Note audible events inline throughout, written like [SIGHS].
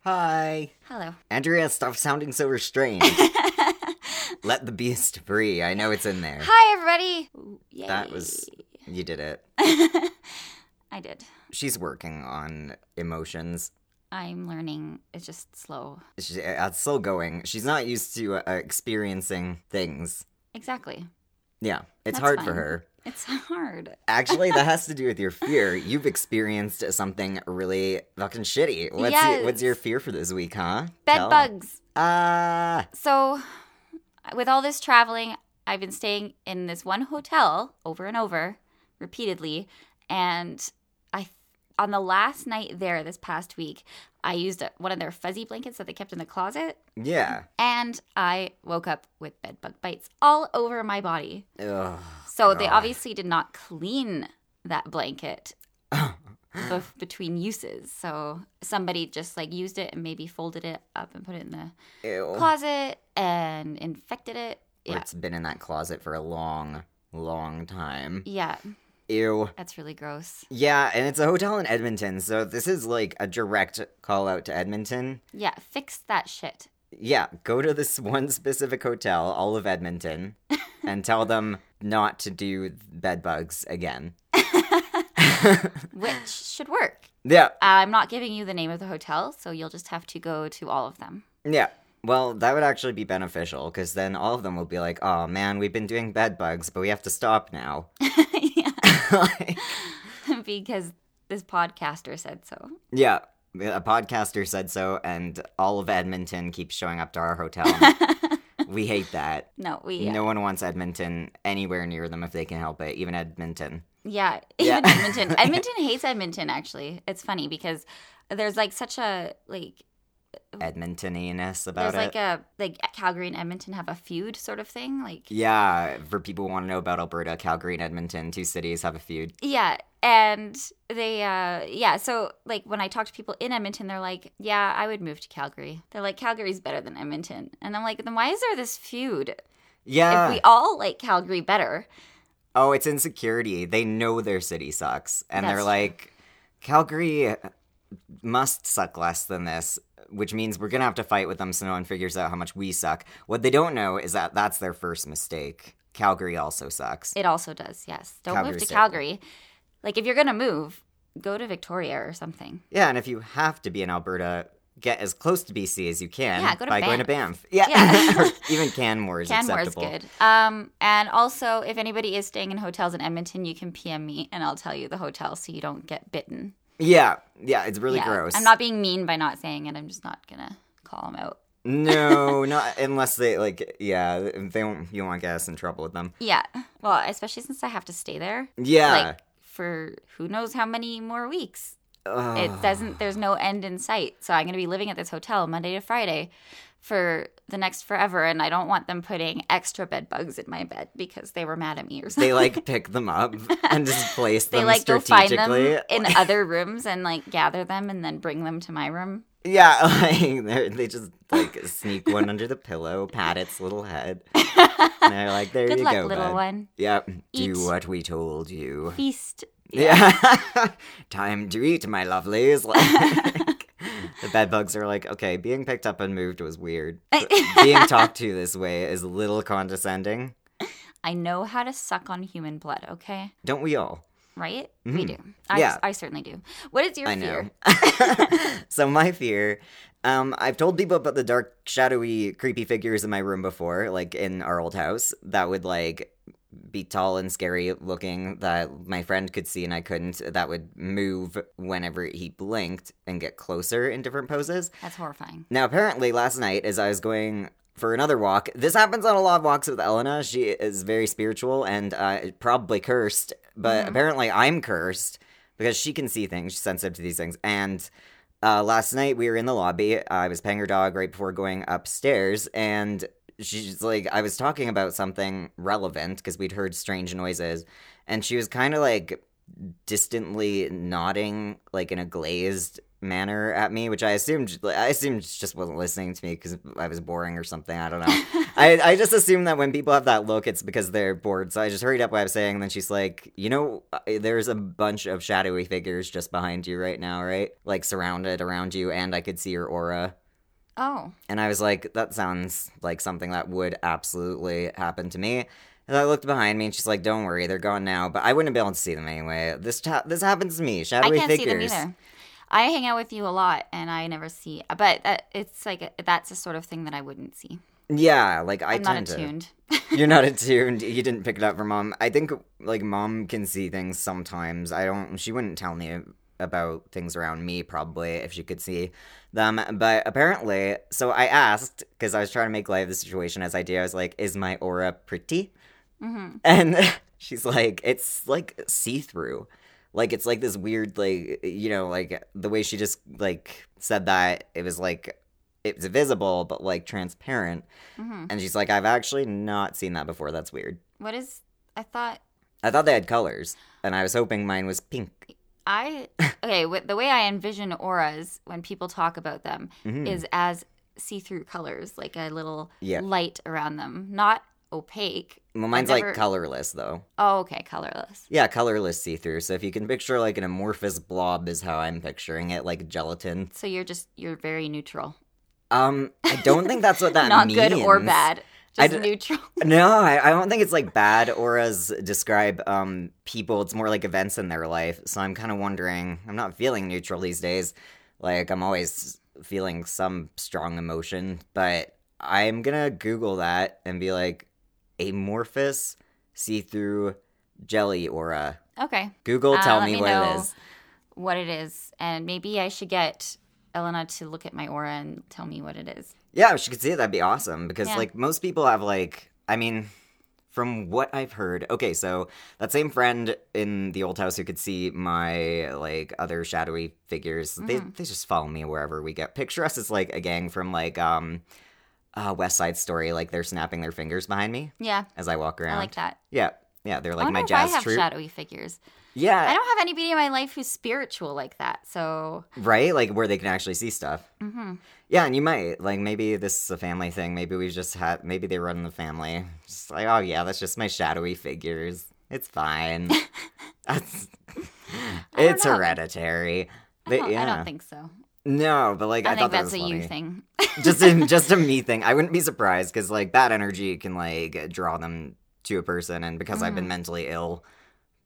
Hi. [LAUGHS] Hello. Andrea, stop sounding [LAUGHS] so restrained. Let the beast free. I know it's in there. Hi, everybody. Ooh, yay. That was. You did it. [LAUGHS] I did. She's working on emotions. I'm learning. It's just slow. She, uh, it's still going. She's not used to uh, experiencing things. Exactly. Yeah, That's it's hard for fine. [LAUGHS] her. It's hard. Actually, that has to do with your fear. You've experienced something really fucking shitty. What's, your, Yes. what's your fear for this week, huh? Bed Tell. bugs. Ah. So, with all this traveling, I've been staying in this one hotel over and over repeatedly. And I, on the last night there this past week, I used a, one of their fuzzy blankets that they kept in the closet. yeah. And I woke up with bed bug bites all over my body. Ugh. So they God. obviously did not clean that blanket bef- between uses. So somebody just like used it and maybe folded it up and put it in the Ew. closet and infected it. Or Yeah. It's been in that closet for a long, long time. Yeah, Ew. that's really gross. Yeah, and it's a hotel in Edmonton, so this is like a direct call out to Edmonton. Yeah, fix that shit. Yeah, go to this [LAUGHS] one specific hotel, all of Edmonton, and tell them not to do bed bugs again. Which should work. Yeah, I'm not giving you the name of the hotel, so you'll just have to go to all of them. [LAUGHS] yeah. Well, that would actually be beneficial because then all of them will be like, "Oh man, we've been doing bed bugs, but we have to stop now." [LAUGHS] yeah, Like, because this podcaster said so. Yeah, a podcaster said so, and all of Edmonton keeps showing up to our [LAUGHS] hotel. we hate that. No, we yeah. No one wants Edmonton anywhere near them if they can help it, even Edmonton. Yeah, [LAUGHS] Yeah. even [LAUGHS] Edmonton. Edmonton hates Edmonton. Actually, it's funny because there's like such a like Edmontoniness about there's like it. a like Calgary and Edmonton have a feud sort of thing. Like yeah, yeah, for people who want to know about Alberta, Calgary and Edmonton, two cities have a feud. and they uh yeah. So like when I talk to people in Edmonton, they're like, yeah, I would move to Calgary. They're like, Calgary's better than Edmonton, and I'm like, then why is there this feud? Yeah. if we all like Calgary better, oh, it's insecurity. They know their city sucks, and That's they're true. like, Calgary must suck less than this. Which means we're gonna have to fight with them so no one figures out how much we suck. What they don't know is that that's their first mistake. Calgary also sucks. it also does. Yes, don't move Calgary's to terrible. Calgary. Like if you're gonna move, go to Victoria or something. Yeah, and if you have to be in Alberta, get as close to BC as you can Yeah, go to by going to Banff. Yeah. Yeah. [LAUGHS] [LAUGHS] Or even Canmore is Canmore's acceptable. good. Um, and also, if anybody is staying in hotels in Edmonton, you can PM me and I'll tell you the hotel so you don't get bitten. Yeah. Yeah, it's really Yeah. gross. I'm not being mean by not saying it. I'm just not gonna call them out. [LAUGHS] No, not unless they like yeah, they won't you won't get us in trouble with them. Yeah. Well, especially since I have to stay there, Yeah. like for who knows how many more weeks. Ugh. It doesn't. [LAUGHS] There's no end in sight. So I'm gonna be living at this hotel Monday to Friday for the next forever, and I don't want them putting extra bed bugs in my bed because they were mad at me or something. they like pick them up and just place they them like go find strategically. them [LAUGHS] in other rooms and like gather them and then bring them to my room. yeah, [LAUGHS] like they're- they just like sneak one under the pillow, pat its little head. And they're like, "There Good you luck, go, little bud. one. Yep, Eat. do what we told you." Feast. [LAUGHS] Yeah. [LAUGHS] Time to eat, my lovelies. [LAUGHS] Like, the bed bugs are like, okay, being picked up and moved was [LAUGHS] weird. but being talked to this way is a little condescending. I know how to suck on human blood. Okay, Don't we all? right? We do. I, Mm-hmm. Yeah. I certainly do. What is your I fear? know. [LAUGHS] so my fear, um, I've told people about the dark, shadowy, creepy figures in my room before, like in our old house, that would like be tall and scary looking that my friend could see and I couldn't, that would move whenever he blinked and get closer in different poses. That's horrifying. [LAUGHS] Now, apparently, last night as I was going for another walk, this happens on a lot of walks with Elena. She is very spiritual and uh, probably cursed, but apparently, I'm cursed because she can see things. She's sensitive to these things. And uh, last night, we were in the lobby. I was petting her dog right before going upstairs, and she's like, I was talking about something relevant because we'd heard strange noises, and she was kind of like distantly nodding like in a glazed manner at me which i assumed i assumed she just wasn't listening to me because i was boring or something i don't know I, I just assume that when people have that look, it's because they're bored. So I just hurried up what I was saying, and then she's like, "You know, I- there's a bunch of shadowy figures just behind you right now, right? Like surrounded around you, and I could see your aura." Oh, And I was like, "That sounds like something that would absolutely happen to me." And I looked behind me, and she's like, "Don't worry, they're gone now." But I wouldn't be able to see them anyway. This ta- this happens to me. I Shadowy can't figures. see them either. I hang out with you a lot, and I never see. But uh, it's like that's the sort of thing that I wouldn't see. Yeah, like I I'm not tend to. attuned. You're not attuned. You didn't pick it up from mom. I think like mom can see things sometimes. I don't. She wouldn't tell me about things around me probably if she could see them. But apparently, so I asked because I was trying to make light of the situation. As I do, I was like, "Is my aura pretty?" [LAUGHS] hmm And she's like, "It's like see through." Like it's like this weird, like you know, like the way she just like said that it was like it was visible but like transparent. hmm And she's like, I've actually not seen that before. That's weird. What is? I thought I thought they had colors, and I was hoping mine was pink. I okay. [LAUGHS] With the way I envision auras when people talk about them Mhm. is as see-through colors, like a little Yeah. light around them, not opaque. well, mine's never- like colorless, though. Oh, okay, colorless. Yeah, colorless see through. So if you can picture like an amorphous blob, is how I'm picturing it, like gelatin. So you're just you're very neutral, Um, I don't think that's what [LAUGHS] that not means. good or bad, I just d- neutral. [LAUGHS] No, I, I don't think it's like bad auras describe um people. It's more like events in their life. So I'm kind of wondering. I'm not feeling neutral these days. Like I'm always feeling some strong emotion, but I'm gonna Google that and be like amorphous see-through jelly aura. Okay, Google, Uh, tell let me, me what know. it is. what it is, and maybe I should get Elena to look at my aura and tell me what it is. Yeah, if she could see it, that'd be awesome. Because Yeah. like most people have like, I mean, from what I've heard, okay, so that same friend in the old house who could see my like other shadowy figures, they Mhm. they just follow me wherever we get. Picture us as like a gang from like um, uh, West Side Story, like they're snapping their fingers behind me Yeah, as I walk around. I like that. Yeah, yeah, they're I like wonder my if jazz I have troupe. shadowy figures. I yeah, don't have anybody in my life who's spiritual like that. So, right, like where they can actually see stuff. hmm Yeah, and you might like maybe this is a family thing. Maybe we've just had maybe they run in the family. Just like oh yeah, that's just my shadowy figures. [LAUGHS] It's fine. that's don't it's know. hereditary. I, They- don't, yeah. Oh, I don't think so. no, but like I, I, think thought that's that a was you funny. thing. [LAUGHS] just in just a me thing. I wouldn't be surprised because like bad energy can like draw them to a person, and because I've been Mm. mentally ill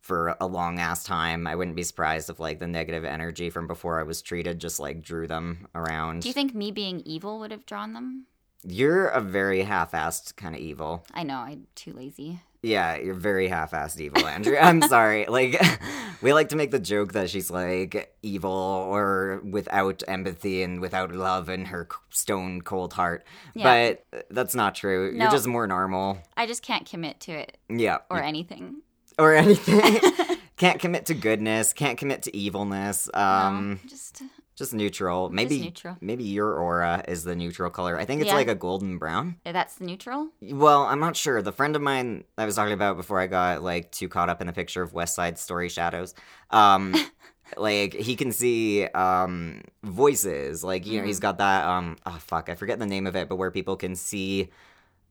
for a long ass time, I wouldn't be surprised if like the negative energy from before I was treated just like drew them around. Do you think me being evil would have drawn them? You're a very half-assed kind of evil. I know I'm too lazy. Yeah, you're very half-assed evil, Andrew. [LAUGHS] I'm sorry. Like, [LAUGHS] we like to make the joke that she's like evil or without empathy and without love in her c- stone cold heart. Yeah. But uh, that's not true. No. You're just more normal. I just can't commit to it Yeah. or [LAUGHS] anything. [LAUGHS] Or anything. [LAUGHS] can't commit to goodness. Can't commit to evilness. Um, no, just just neutral. Maybe neutral. maybe your aura is the neutral color. I think it's Yeah. like a golden brown. Eh, that's neutral. Well, I'm not sure. The friend of mine I was talking about before I got like too caught up in the picture of West Side Story shadows. [LAUGHS] Um like he can see um voices. Like, you know, Mm-hmm. he's got that um oh fuck, I forget the name of it, but where people can see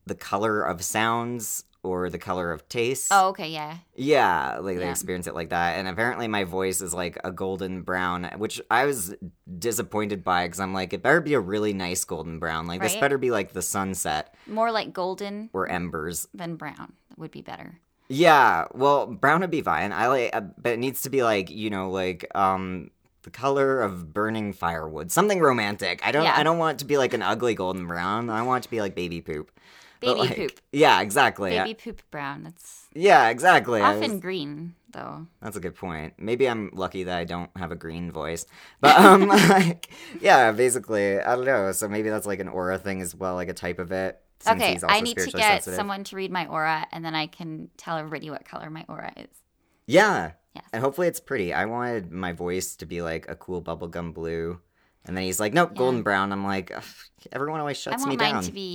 the color of sounds or the color of taste. Oh, okay, yeah. Yeah, like they Yeah. experience it like that. And apparently my voice is like a golden brown, which I was disappointed by cuz I'm like it better be a really nice golden brown. Like this Right. better be like the sunset More like golden or embers. than brown would be better. Yeah, well, brown would be fine. I like, uh, but it needs to be like you know, like um, the color of burning firewood, something romantic. I don't, Yeah. I don't want it to be like an ugly golden brown. I want it to be like baby poop. But, Baby like- poop. Yeah, exactly. Baby poop brown. That's Yeah, exactly. I often was- green though. that's a good point. Maybe I'm lucky that I don't have a green voice. But um, [LAUGHS] like, yeah, basically, I don't know. So maybe that's like an aura thing as well, like a type of it. since Okay, he's also I need to spiritually get sensitive. someone to read my aura, and then I can tell everybody what color my aura is. Yeah. Yes. And hopefully it's pretty. I wanted my voice to be like a cool bubblegum blue. And then he's like, nope, Yeah. golden golden brown. I'm like, everyone always shuts I me want mine down. to be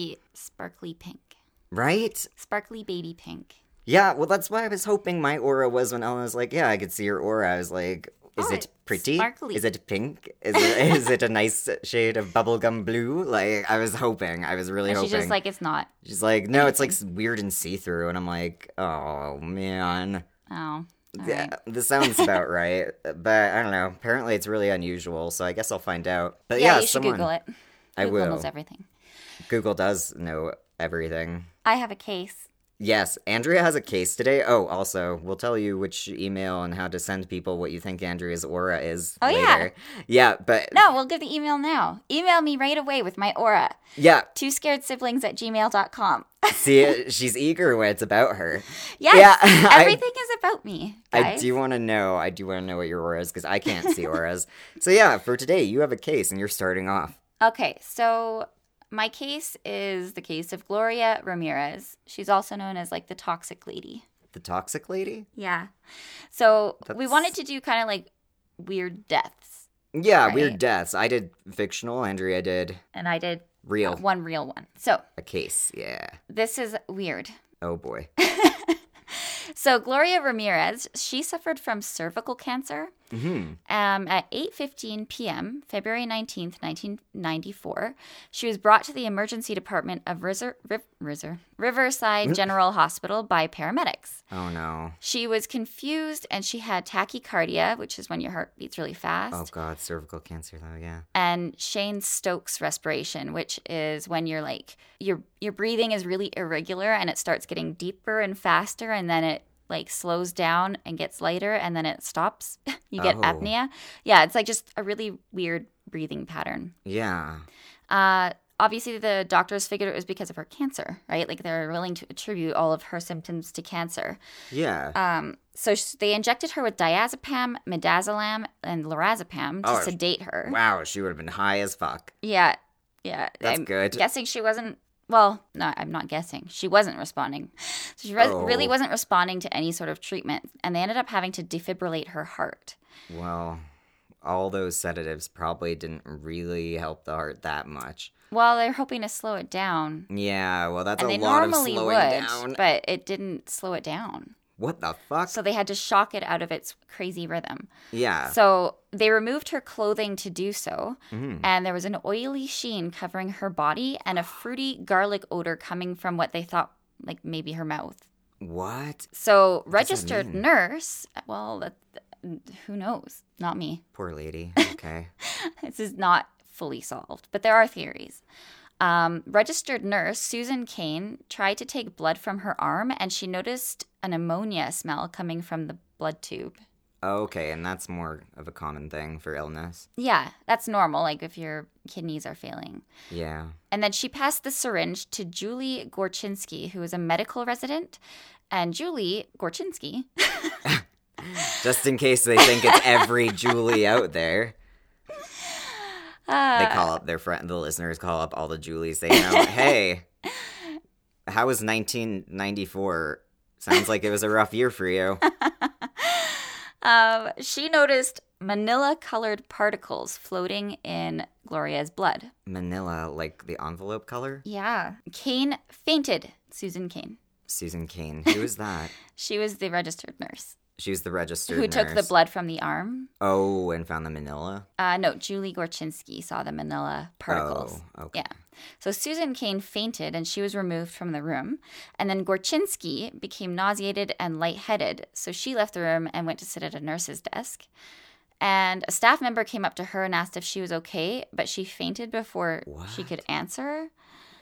sparkly pink, right? sparkly baby pink. Yeah. Well, that's why I was hoping my aura was when Ellen was like, yeah, I could see your aura. I was like, Is Oh, it it's pretty? sparkly. Is it pink? Is it, [LAUGHS] is it a nice shade of bubblegum blue? Like I was hoping. I was really And hoping. she's just like, it's not. She's like, no, it's like s- weird and see through, and I'm like, oh man, Oh. all yeah, right. this sounds about right. But I don't know. Apparently, it's really unusual, so I guess I'll find out. But Yeah, yeah, you should someone Google it. I Google will. knows everything. Google does know everything. I have a case. Yes, Andrea has a case today. Oh, also, we'll tell you which email and how to send people what you think Andrea's aura is. Oh, yeah. later. yeah, but No, we'll give the email now. Email me right away with my aura. yeah. Two scared siblings at gmail.com. See, she's eager when it's about her. [LAUGHS] yes. Yeah, [LAUGHS] I- everything is about me. I guys. do want to know. I do want to know what your aura is because I can't see auras. so yeah, for today, you have a case and you're starting off. Okay, so my case is the case of Gloria Ramirez. She's also known as like the toxic lady. The toxic lady. Yeah. So we That's- wanted to do kind of like weird deaths, Yeah, Right. weird deaths. I did fictional. Andrea did and I did real. one real one. So A case. Yeah. this is weird. [LAUGHS] Oh boy. So Gloria Ramirez, she suffered from cervical cancer hmm um, at 8:15 p.m. February 19th, 1994. She was brought to the emergency department of Rizer, Riv, Rizer, Riverside General Hospital by paramedics. Oh no. She was confused and she had tachycardia, which is when your heart beats really fast, Oh god. Cervical cancer though. Yeah. and Shane Stokes respiration, which is when you're like your your breathing is really irregular and it starts getting deeper and faster and then it like slows down and gets lighter and then it stops. [LAUGHS] you get Oh. apnea. Yeah, it's like just a really weird breathing pattern. Yeah. Uh Obviously, the doctors figured it was because of her cancer, right? Like they're willing to attribute all of her symptoms to cancer. Yeah. Um, so sh- they injected her with diazepam, midazolam, and lorazepam to Oh, sedate her. wow. She would have been high as fuck. Yeah, yeah. That's I'm good. guessing she wasn't. Well, no, I'm not guessing. She wasn't responding. So she res- Oh. really wasn't responding to any sort of treatment, and they ended up having to defibrillate her heart. Well, all those sedatives probably didn't really help the heart that much. Well, they're hoping to slow it down, Yeah. Well, that's and a they lot of normally slowing would, down. but it didn't slow it down. What the fuck? So they had to shock it out of its crazy rhythm. yeah. So they removed her clothing to do so, Mhm. and there was an oily sheen covering her body and a fruity garlic odor coming from what they thought like maybe her mouth. What? So does that registered mean? nurse, well, that, who knows? Not me. [LAUGHS] Poor lady. Okay. This is not fully solved, but there are theories. Um, registered nurse Susan Kane tried to take blood from her arm, and she noticed an ammonia smell coming from the blood tube. okay, and that's more of a common thing for illness. Yeah, that's normal. Like if your kidneys are failing. Yeah. And then she passed the syringe to Julie Gorchinsky, who is a medical resident. And Julie [LAUGHS] Gorchinsky, Just in case they think it's every Julie out there, they uh, call up their friend. The listeners call up all the Julies they [LAUGHS] know. hey, how was 1994? Sounds like it was a rough year for you. um, she noticed manila colored particles floating in Gloria's blood. Manila, like the envelope color. Yeah. Kane fainted, Susan Kane. Susan Kane. Who was that? She was the registered nurse She was the registered who took the nurse. blood from the arm. Oh, and found the Manila Uh, no, Julie Gorchinsky saw the manila particles. Oh, okay. So Susan Kane fainted and she was removed from the room. And then Gorchinsky became nauseated and lightheaded. So she left the room and went to sit at a nurse's desk. And a staff member came up to her and asked if she was okay, but she fainted before she could answer.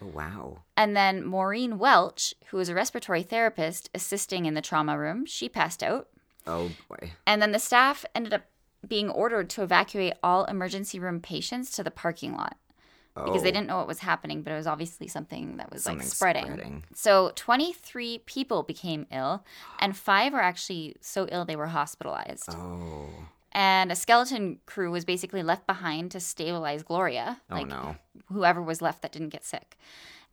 Oh, wow. And then Maureen Welch, who was a respiratory therapist assisting in the trauma room, she passed out. Oh boy. And then the staff ended up being ordered to evacuate all emergency room patients to the parking lot Oh, because they didn't know what was happening, but it was obviously something that was like something's spreading. So 23 people became ill, and five were actually so ill they were hospitalized. Oh. And a skeleton crew was basically left behind to stabilize Gloria, Oh like no. whoever was left that didn't get sick.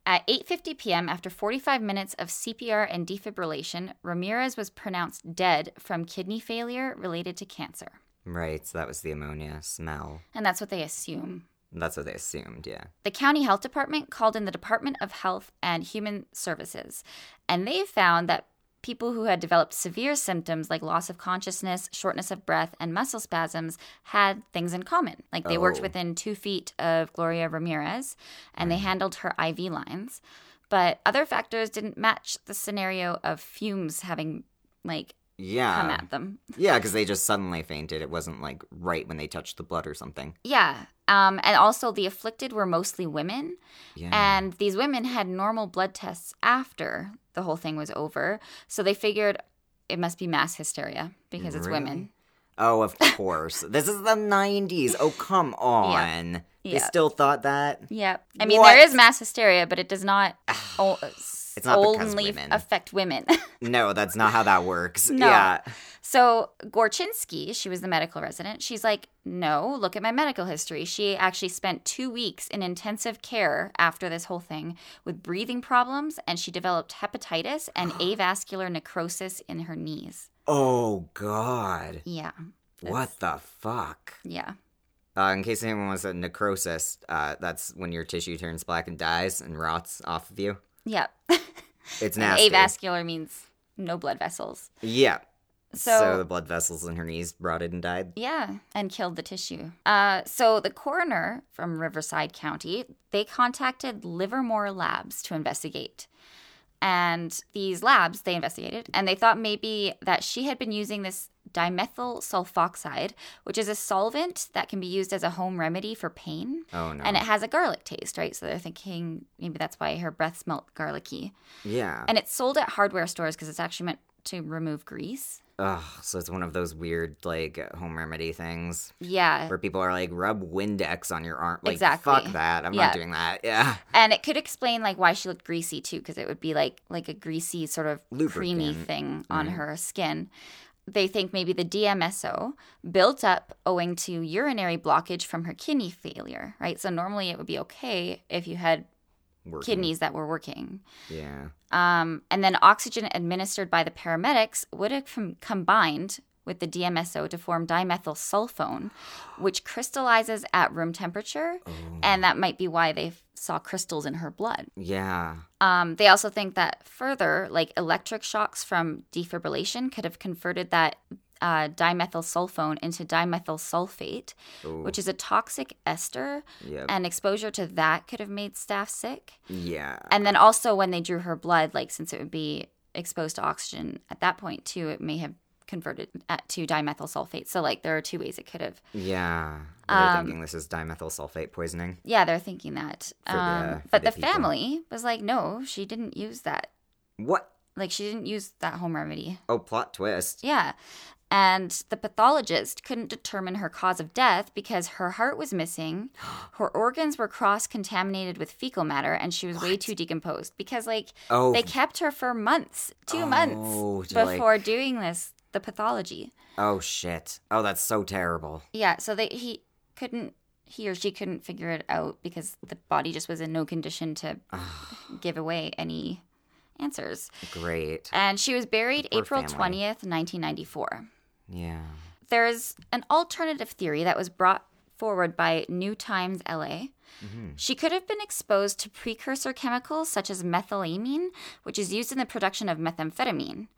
At 8:50 p.m., after 45 minutes of CPR and defibrillation, Ramirez was pronounced dead from kidney failure related to cancer. Right, so that was the ammonia smell. And that's what they assume That's what they assumed, yeah. The county health department called in the Department of Health and Human Services, and they found that people who had developed severe symptoms like loss of consciousness, shortness of breath, and muscle spasms had things in common. Like they worked Oh. within two feet of Gloria Ramirez and they handled her IV lines. But other factors didn't match the scenario of fumes having like come Yeah. at them. Yeah, because they just suddenly fainted. It wasn't like right when they touched the blood or something. Yeah. Um, and also, the afflicted were mostly women. Yeah. And these women had normal blood tests after the whole thing was over. So they figured it must be mass hysteria because it's Really? women. oh, of course. this is the 90s. Oh, come on. They Yeah. still thought that? Yeah. I mean, What? there is mass hysteria, but it does not o- [SIGHS] It's not because only women. affect women. [LAUGHS] No, that's not how that works. No. Yeah. so Gorchinski, she was the medical resident. She's like, no, look at my medical history. She actually spent two weeks in intensive care after this whole thing with breathing problems, and she developed hepatitis [GASPS] and avascular necrosis in her knees. Oh, God. Yeah. What the fuck? Yeah. Uh, in case anyone wants a necrosis, uh, that's when your tissue turns black and dies and rots off of you. Yeah. [LAUGHS] It's And nasty. avascular means no blood vessels. Yeah. So, So, the blood vessels in her knees rotted and died. yeah, and killed the tissue. Uh, so the coroner from Riverside County, they contacted Livermore Labs to investigate. And these labs they investigated, and they thought maybe that she had been using this dimethyl sulfoxide, which is a solvent that can be used as a home remedy for pain. Oh no. And it has a garlic taste, right? So they're thinking maybe that's why her breath smelled garlicky. yeah. And it's sold at hardware stores because it's actually meant to remove grease. Ugh, so it's one of those weird like home remedy things Yeah. where people are like rub Windex on your arm. Like Exactly. fuck that. I'm Yeah. not doing that. Yeah. And it could explain like why she looked greasy too because it would be like like a greasy sort of creamy Lubricant. Mm-hmm. thing on her skin. They think maybe the DMSO built up owing to urinary blockage from her kidney failure, right? So normally it would be okay if you had Working. kidneys that were working. Yeah. Um, and then oxygen administered by the paramedics would have com- combined with the DMSO to form dimethyl sulfone, which crystallizes at room temperature. Oh. And that might be why they f- saw crystals in her blood. Yeah. Um, they also think that further, like electric shocks from defibrillation could have converted that uh, dimethyl sulfone into dimethyl sulfate, Ooh. which is a toxic ester. Oh. Yep. And exposure to that could have made staff sick. yeah. And then also when they drew her blood, like since it would be exposed to oxygen at that point too, it may have converted at, to dimethyl sulfate. So like there are two ways it could have. Yeah. They're Um, thinking this is dimethyl sulfate poisoning. Yeah, they're thinking that. For the- um, for but the the, people. family was like, no, she didn't use that. What? Like she didn't use that home remedy. Oh, plot twist. Yeah. And the pathologist couldn't determine her cause of death because her heart was [GASPS] missing, her organs were cross contaminated with fecal matter, and she was way too decomposed. Because, like, Oh, They kept her for months, two Oh, months to, like- before doing this, the pathology. oh shit. Oh, that's so terrible. Yeah, so they he couldn't he or she couldn't figure it out because the body just was in no condition [SIGHS] to Ugh, give away any answers. great. And she was buried Poor April family. 20th, 1994. Yeah. There's an alternative theory that was brought forward by New Times LA. Mhm. She could have been exposed to precursor chemicals such as methylamine, which is used in the production of methamphetamine,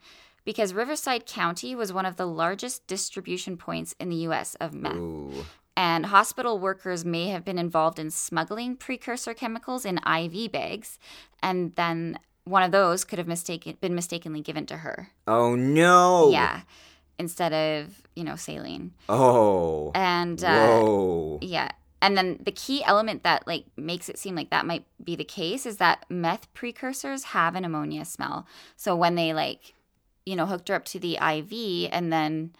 because Riverside County was one of the largest distribution points in the US of meth. Ooh. And hospital workers may have been involved in smuggling precursor chemicals in IV bags, and then one of those could have mistaken, been mistakenly given to her. Oh no. Yeah. Instead of, you know, saline. Oh. And uh, Whoa. yeah. And then the key element that like makes it seem like that might be the case is that meth precursors have an ammonia smell. So when they like, you know, hooked her up to the IV and then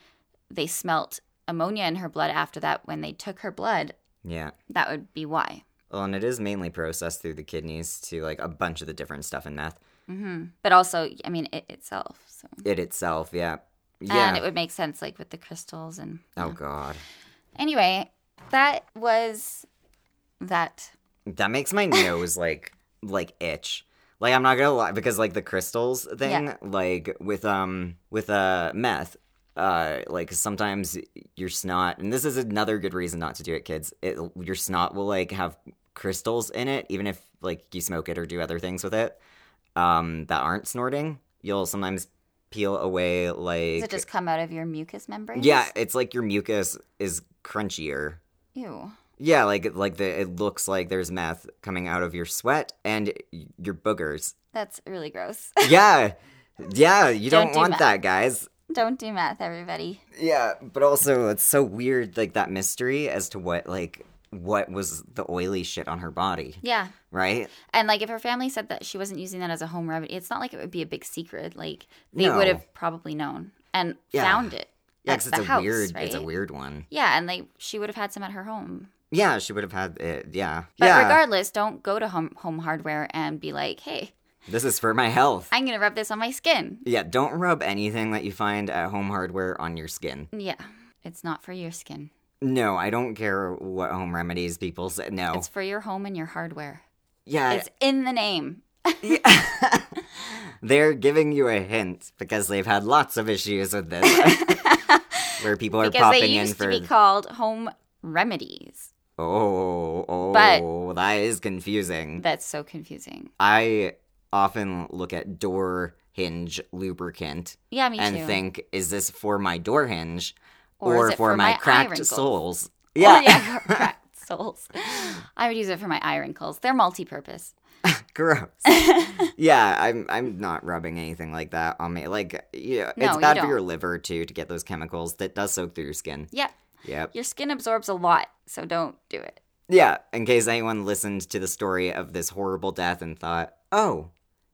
they smelt ammonia in her blood after that when they took her blood, Yeah. that would be why. Well, and it is mainly processed through the kidneys to like a bunch of the different stuff in meth. hmm But also, I mean, it itself. So. It itself, yeah. And it Yeah. would make sense like with the crystals and. Oh god. Anyway, that was that. That makes [LAUGHS] my nose like like itch. Like I'm not gonna lie, because like the crystals thing, like with um with uh meth, uh like sometimes your snot, and this is another good reason not to do it, kids. It your snot will like have crystals in it, even if like you smoke it or do other things with it, um that aren't snorting. You'll sometimes peel away like Does it just come out of your mucous membrane? yeah, it's like your mucus is crunchier. Ew. Yeah, like like the it looks like there's meth coming out of your sweat and y- [LAUGHS] your boogers. That's really gross. [LAUGHS] Yeah. Yeah, you Don't don't, do want meth. that, guys. Don't do meth, everybody. Yeah, but also it's so weird like that mystery as to what like what was the oily shit on her body, Yeah. right? And like if her family said that she wasn't using that as a home remedy, it's not like it would be a big secret. Like they No. would have probably known and Yeah. found it. Yeah, at 'cause the it's a house, weird it's a right? weird one. Yeah, and like she would have had some at her home. Yeah, she would have had it. Yeah. But yeah. regardless, don't go to home home hardware and be like, "Hey, this is for my health. I'm gonna rub this on my skin." yeah, don't rub anything that you find at home hardware on your skin. Yeah, it's not for your skin. No, I don't care what home remedies people say. No. Uh, It's for your home and your hardware. yeah. it's in the name. [LAUGHS] Yeah. They're giving you a hint because they've had lots of issues with this. where people [LAUGHS] are because popping they used in for to be called home remedies. Oh, oh. But- that is confusing. That's so confusing. I often look at door hinge lubricant Yeah, me and too. think is this for my door hinge Or or, is it for, for my, my eye cracked wrinkles? [LAUGHS] soles? Yeah, oh, Yeah. [LAUGHS] yeah, cracked soles. I would use it for my eye wrinkles. They're multi-purpose. [LAUGHS] gross. yeah, I'm I'm not rubbing anything like that on me. Like, yeah, No, it's you bad for don't. your liver too to get those chemicals that does soak through your skin. Yep, Yep. your skin absorbs a lot, so don't do it. Yeah, in case anyone listened to the story of this horrible death and thought, "Oh,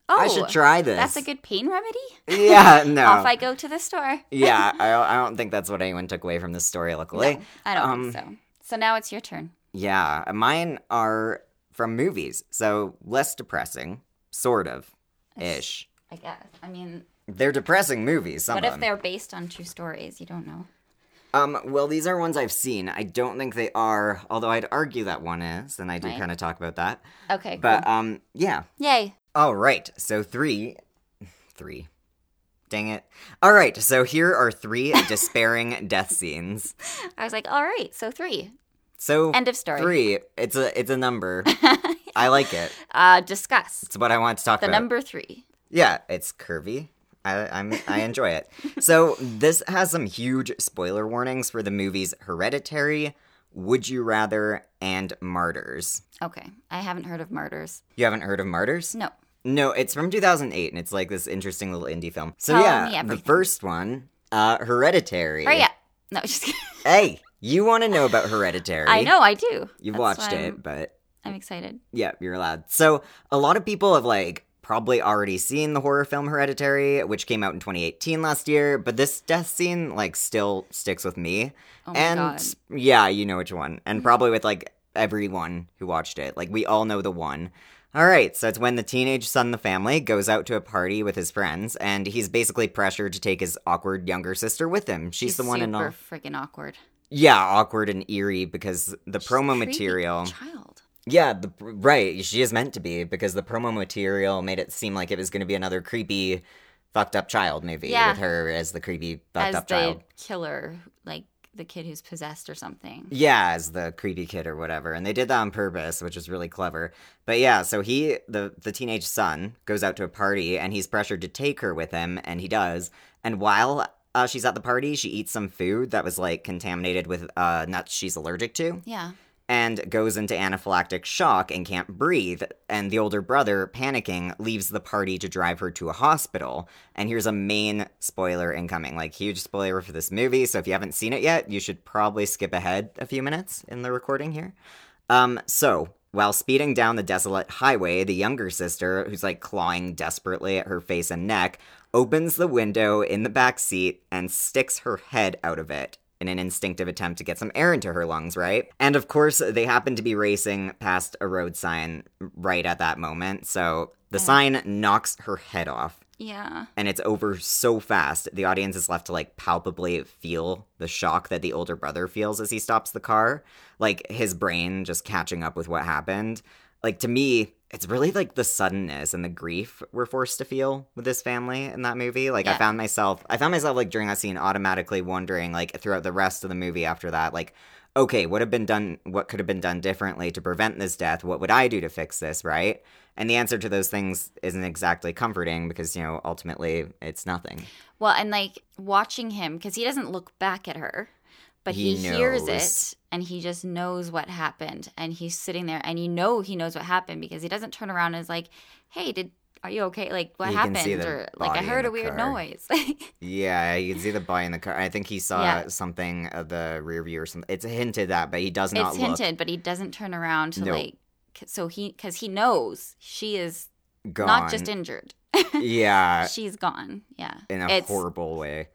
Oh, I should try this." That's a good pain remedy. [LAUGHS] Yeah, no. Off I go to the store. yeah, I, don't- I don't think that's what anyone took away from this story, luckily. No, I don't Um, think so. So now it's your turn. Yeah, mine are from movies, so less depressing, sort of ish. I guess. I mean, They're depressing movies. Some what of if them. they're based on true stories? You don't know. Um, well, these are ones I've seen. I don't think they are, although I'd argue that one is, and I do Right. kind of talk about that. Okay. But um, yeah. cool. Yay. All right. So three, three. Dang it. All right. So here [LAUGHS] are three despairing death scenes. I was like, all right, so three. So End of story. three. It's a it's [LAUGHS] a number. I like it. Uh, discuss It's what I want to talk the about. number three. Yeah, it's curvy. I, I'm, I enjoy it. So, this has some huge spoiler warnings for the movies Hereditary, Would You Rather, and Martyrs. Okay. I haven't heard of martyrs. You haven't heard of Martyrs? No. No, it's from 2008, and it's like this interesting little indie film. So, Tell me yeah, the everything. Oh, first one, uh, Hereditary. Hurry up. No, [LAUGHS] just kidding. Hey, you want to know about Hereditary. I know, I do. You've That's watched why it, I'm- but I'm excited. Yeah, you're allowed. So a lot of people have like probably already seen the horror film Hereditary, which came out in 2018 last year, but this death scene like still sticks with me. Oh my and God. Mm-hmm. yeah, you know which one. And probably with like everyone who watched it. Like we all know the one. All right, so it's when the teenage son of the family goes out to a party with his friends, and he's basically pressured to take his awkward younger sister with him. She's, the one super in all. friggin' awkward. Yeah, awkward and eerie because the She's a promo creepy material. Child. Yeah, the, right. She is meant to be because the promo material made it seem like it was going to be another creepy, fucked up child movie Yeah. with her as the creepy fucked As the up child. killer, like the kid who's possessed or something. Yeah, as the creepy kid or whatever. And they did that on purpose, which is really clever. But yeah, so he, the, the teenage son, goes out to a party and he's pressured to take her with him, and he does. And while uh, she's at the party, she eats some food that was like contaminated with uh, nuts she's allergic to. Yeah. and goes into anaphylactic shock and can't breathe. And the older brother, panicking, leaves the party to drive her to a hospital. And here's a main spoiler incoming like, huge spoiler for this movie. So if you haven't seen it yet, you should probably skip ahead a few minutes in the recording here. Um, so. While speeding down the desolate highway, the younger sister, who's like clawing desperately at her face and neck, opens the window in the back seat and sticks her head out of it in an instinctive attempt to get some air into her lungs, right? And of course, they happen to be racing past a road sign right at that moment. So the sign knocks her head off Yeah. and it's over so fast. The audience is left to like palpably feel the shock that the older brother feels as he stops the car, like his brain just catching up with what happened. Like to me, it's really like the suddenness and the grief we're forced to feel with this family in that movie. Like I Yeah. found myself I found myself like during that scene automatically wondering like throughout the rest of the movie after that like okay, what have been done what could have been done differently to prevent this death? What would I do to fix this, right? And the answer to those things isn't exactly comforting because, you know, ultimately it's nothing. Well, and like watching him, because he doesn't look back at her, but he, He hears knows. it and he just knows what happened. And he's sitting there and you know he knows what happened because he doesn't turn around and is like, hey, did. Are you okay? Like what You can happened? see the Or like I body in heard the a weird car. noise. [LAUGHS] Yeah, you can see the boy in the car. I think he saw Yeah. something of the rear view or something. It's hinted at, but he does not it's look hinted, but he doesn't turn around to No. like. So he, because he knows she is gone. not just injured, [LAUGHS] [LAUGHS] yeah, she's gone. Yeah, in a it's horrible way.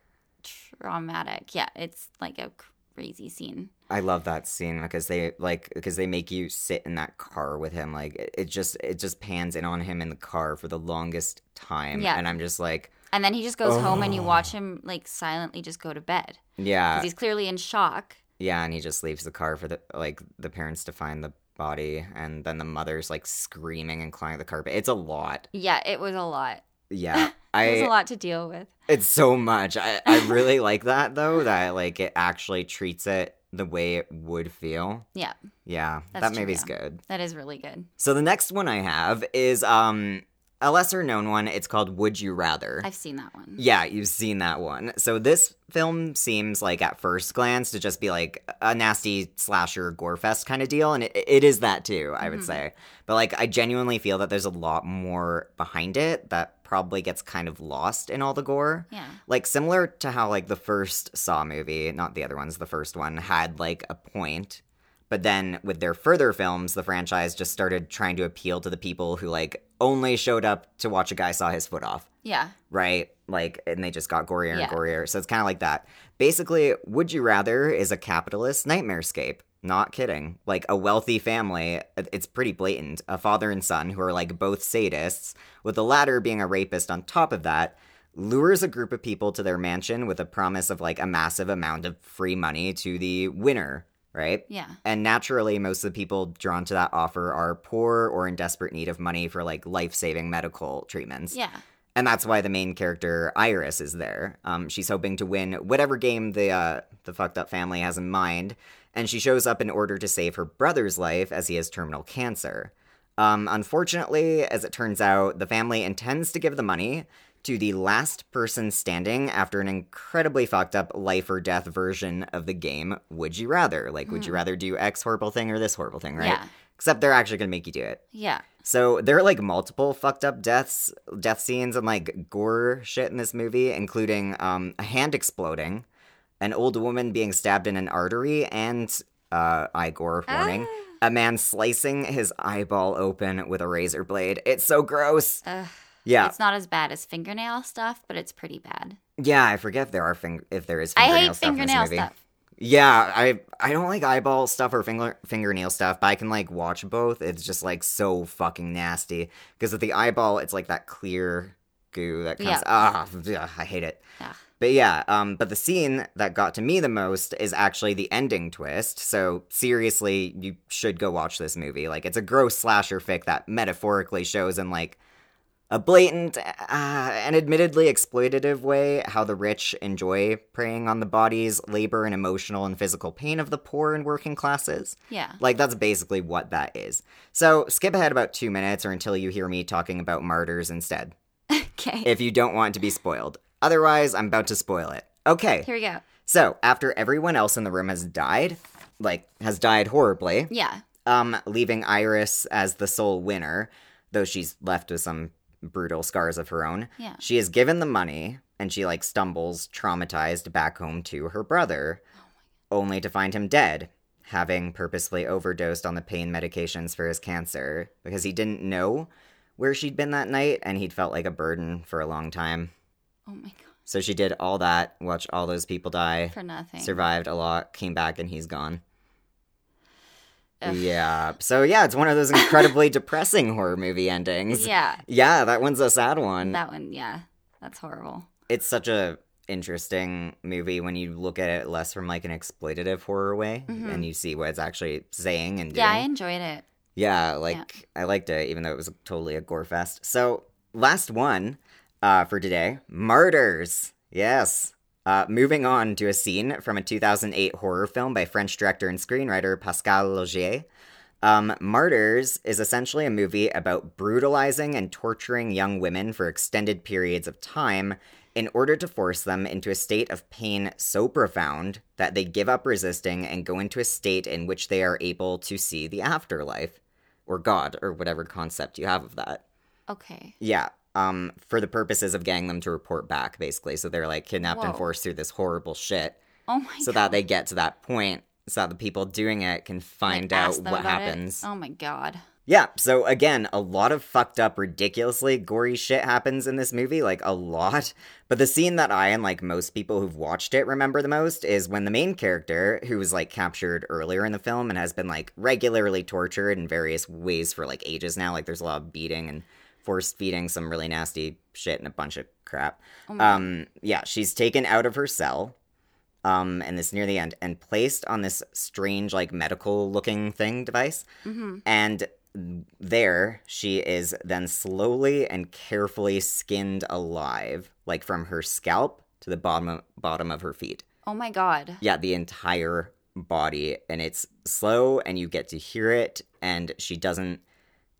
traumatic. Yeah, it's like a crazy scene. I love that scene because they like because they make you sit in that car with him. Like it, it just it just pans in on him in the car for the longest time. Yeah. and I'm just like, And then he just goes home, and you Oh. watch him like silently just go to bed because yeah, he's clearly in shock. yeah, and he just leaves the car for the like the parents to find the body, and then the mother's like screaming and clawing at the carpet. It's a lot. Yeah, it was a lot. Yeah, [LAUGHS] it was I a lot to deal with. It's so much. I, I [LAUGHS] really like that though, that like it actually treats it the way it would feel. Yeah. Yeah. That's that true, movie's yeah. good. That is really good. So the next one I have is um a lesser known one. It's called Would You Rather. I've seen that one. Yeah, you've seen that one. So this film seems like at first glance to just be like a nasty slasher gore fest kind of deal, and it, it is that too, I would Mhm. say. But like, I genuinely feel that there's a lot more behind it that probably gets kind of lost in all the gore Yeah. like similar to how like the first saw movie not the other ones the first one had like a point but then with their further films the franchise just started trying to appeal to the people who like only showed up to watch a guy saw his foot off Yeah. right like and they just got gorier and Yeah. gorier so it's kind of like that basically would you rather is a capitalist nightmare scape not kidding like a wealthy family it- it's pretty blatant a father and son who are like both sadists with the latter being a rapist on top of that lures a group of people to their mansion with a promise of like a massive amount of free money to the winner right Yeah. and naturally, most of the people drawn to that offer are poor or in desperate need of money for like life saving medical treatments. Yeah. And that's why the main character Iris is there. Um, she's hoping to win whatever game the uh, the fucked up family has in mind, and she shows up in order to save her brother's life as he has terminal cancer. Um, unfortunately, as it turns out, the family intends to give the money to the last person standing after an incredibly fucked up life or death version of the game. Would you rather? Like, would you rather do X horrible thing or this horrible thing? Right? Yeah. Except they're actually gonna make you do it. Yeah. So there are like multiple fucked up deaths, death scenes, and like gore shit in this movie, including um, a hand exploding, an old woman being stabbed in an artery, and uh, eye gore warning. Ah. A man slicing his eyeball open with a razor blade. It's so gross. Ugh. Yeah, It's not as bad as fingernail stuff, but it's pretty bad. yeah. I forget if there are fing- if there is. I Fingernail hate stuff in this fingernail movie. stuff. Yeah, I I don't like eyeball stuff or finger fingernail stuff, but I can like watch both. It's just like so fucking nasty because with the eyeball, it's like that clear goo that comes. Yeah. Ah, ugh, I hate it. Ugh. But yeah, um, but the scene that got to me the most is actually the ending twist. So seriously, you should go watch this movie. Like, it's a gross slasher fic that metaphorically shows in like a blatant uh, and admittedly exploitative way how the rich enjoy preying on the bodies, labor, and emotional and physical pain of the poor and working classes. Yeah. [LAUGHS] Like, that's basically what that is. So skip ahead about two minutes or until you hear me talking about martyrs instead Okay. if you don't want to be spoiled. Otherwise, I'm about to spoil it. Okay, Here we go. so after everyone else in the room has died, like, has died horribly, Yeah. um, leaving Iris as the sole winner, though she's left with some brutal scars of her own, Yeah. she is given the money and she, like, stumbles traumatized back home to her brother, only to find him dead. Having purposefully overdosed on the pain medications for his cancer because he didn't know where she'd been that night and he'd felt like a burden for a long time. Oh my god. So she did all that, watched all those people die, For nothing. survived a lot, came back, and he's gone. Ugh. Yeah. So yeah, it's one of those [LAUGHS] incredibly depressing horror movie endings. Yeah. Yeah, that one's a sad one. That one, yeah. That's horrible. It's such a interesting movie when you look at it less from like an exploitative horror way Mhm. and you see what it's actually saying and doing. Yeah, I enjoyed it. Yeah, like I liked it, even though it was totally a gore fest. So last one uh, for today, martyrs. Yes, Uh, moving on to a scene from a 2008 horror film by French director and screenwriter Pascal Logier. Um, Martyrs is essentially a movie about brutalizing and torturing young women for extended periods of time in order to force them into a state of pain so profound that they give up resisting and go into a state in which they are able to see the afterlife or God or whatever concept you have of that. Okay. Yeah. Um, for the purposes of getting them to report back, basically. So they're like kidnapped and Whoa. forced through this horrible shit Oh my so god. that they get to that point so that the people doing it can Like, find out ask them what about it? happens. Oh my god. Yeah, so again, a lot of fucked up, ridiculously gory shit happens in this movie, like a lot. But the scene that I and like most people who've watched it remember the most is when the main character, who was like captured earlier in the film and has been like regularly tortured in various ways for like ages now, like there's a lot of beating and forced feeding some really nasty shit and a bunch of crap. Oh my Um, yeah, she's taken out of her cell. Um, and this near the end, and placed on this strange, like medical looking thing device. hmm And there, she is then slowly and carefully skinned alive, like from her scalp to the bottom bottom of her feet. Oh my god. Yeah, the entire body, and it's slow, and you get to hear it, and she doesn't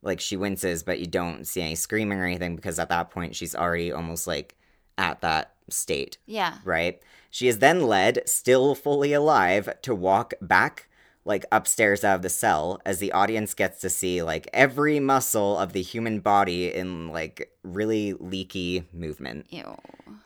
like she winces, but you don't see any screaming or anything because at that point she's already almost like at that state Yeah. right? She is then led, still fully alive, to walk back, like upstairs out of the cell, as the audience gets to see like every muscle of the human body in like really leaky movement. Ew.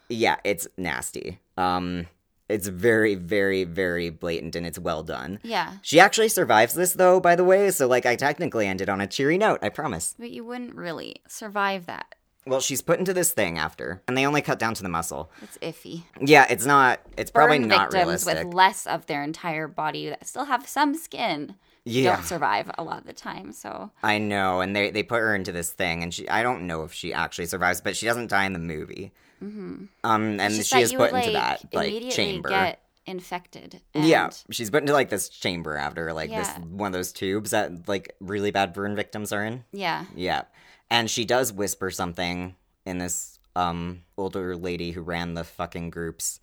Yeah, it's nasty. Um, it's very, very, very blatant and it's well done. Yeah. She actually survives this though, by the way, so like I technically ended on a cheery note, I promise. But you wouldn't really survive that. Well, she's put into this thing after, and they only cut down to the muscle. It's iffy. Yeah, it's not, it's probably Burn not victims realistic. with less of their entire body that still have some skin yeah. don't survive a lot of the time. So I know, and they they put her into this thing, and she I don't know if she actually survives, but she doesn't die in the movie. Um, and Mm-hmm. It's just she that is you put would, into that like immediately chamber. Get infected. And yeah, she's put into like this chamber after like Yeah. this one of those tubes that like really bad burn victims are in. Yeah. Yeah, and she does whisper something in this um older lady who ran the fucking group's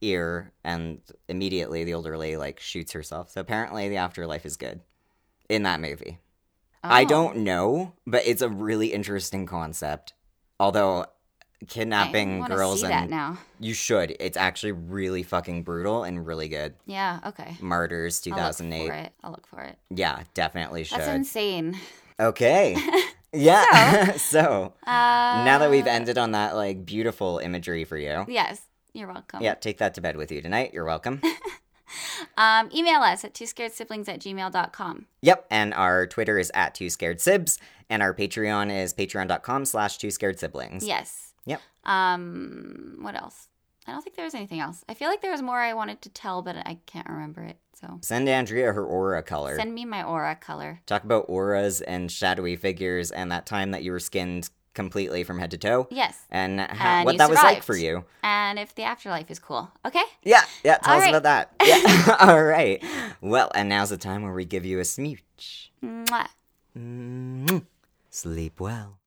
ear, and immediately the older lady like shoots herself. So apparently the afterlife is good in that movie. I Oh. don't know, but it's a really interesting concept. Although I kidnapping wanna girls see that and now. you should. It's actually really fucking brutal and really good. Yeah. Okay. Martyrs I'll look for 2008. it. I'll look for it. Yeah, definitely should. That's insane. [LAUGHS] okay. Yeah. [LAUGHS] so, Uh, now that we've ended on that like beautiful imagery for you. Yes, you're welcome. Yeah, take that to bed with you tonight. You're welcome. [LAUGHS] Um, email us at two scared siblings at gmail.com. Yep, and our Twitter is at two scared sibs, and our Patreon is patreon.com slash two scared siblings. Yes. Yep. Um, what else? I don't think there was anything else. I feel like there was more I wanted to tell, but I can't remember it. So Send Andrea her aura color. send me my aura color. Talk about auras and shadowy figures and that time that you were skinned completely from head to toe Yes. and, ha- And what you that was like survived. for you. And if the afterlife is cool. Okay. Yeah, yeah, tell All us right. about that. [LAUGHS] Yeah. [LAUGHS] All right. Well, and now's the time where we give you a smooch. Mwah. Mwah. Mm-hmm. Sleep well.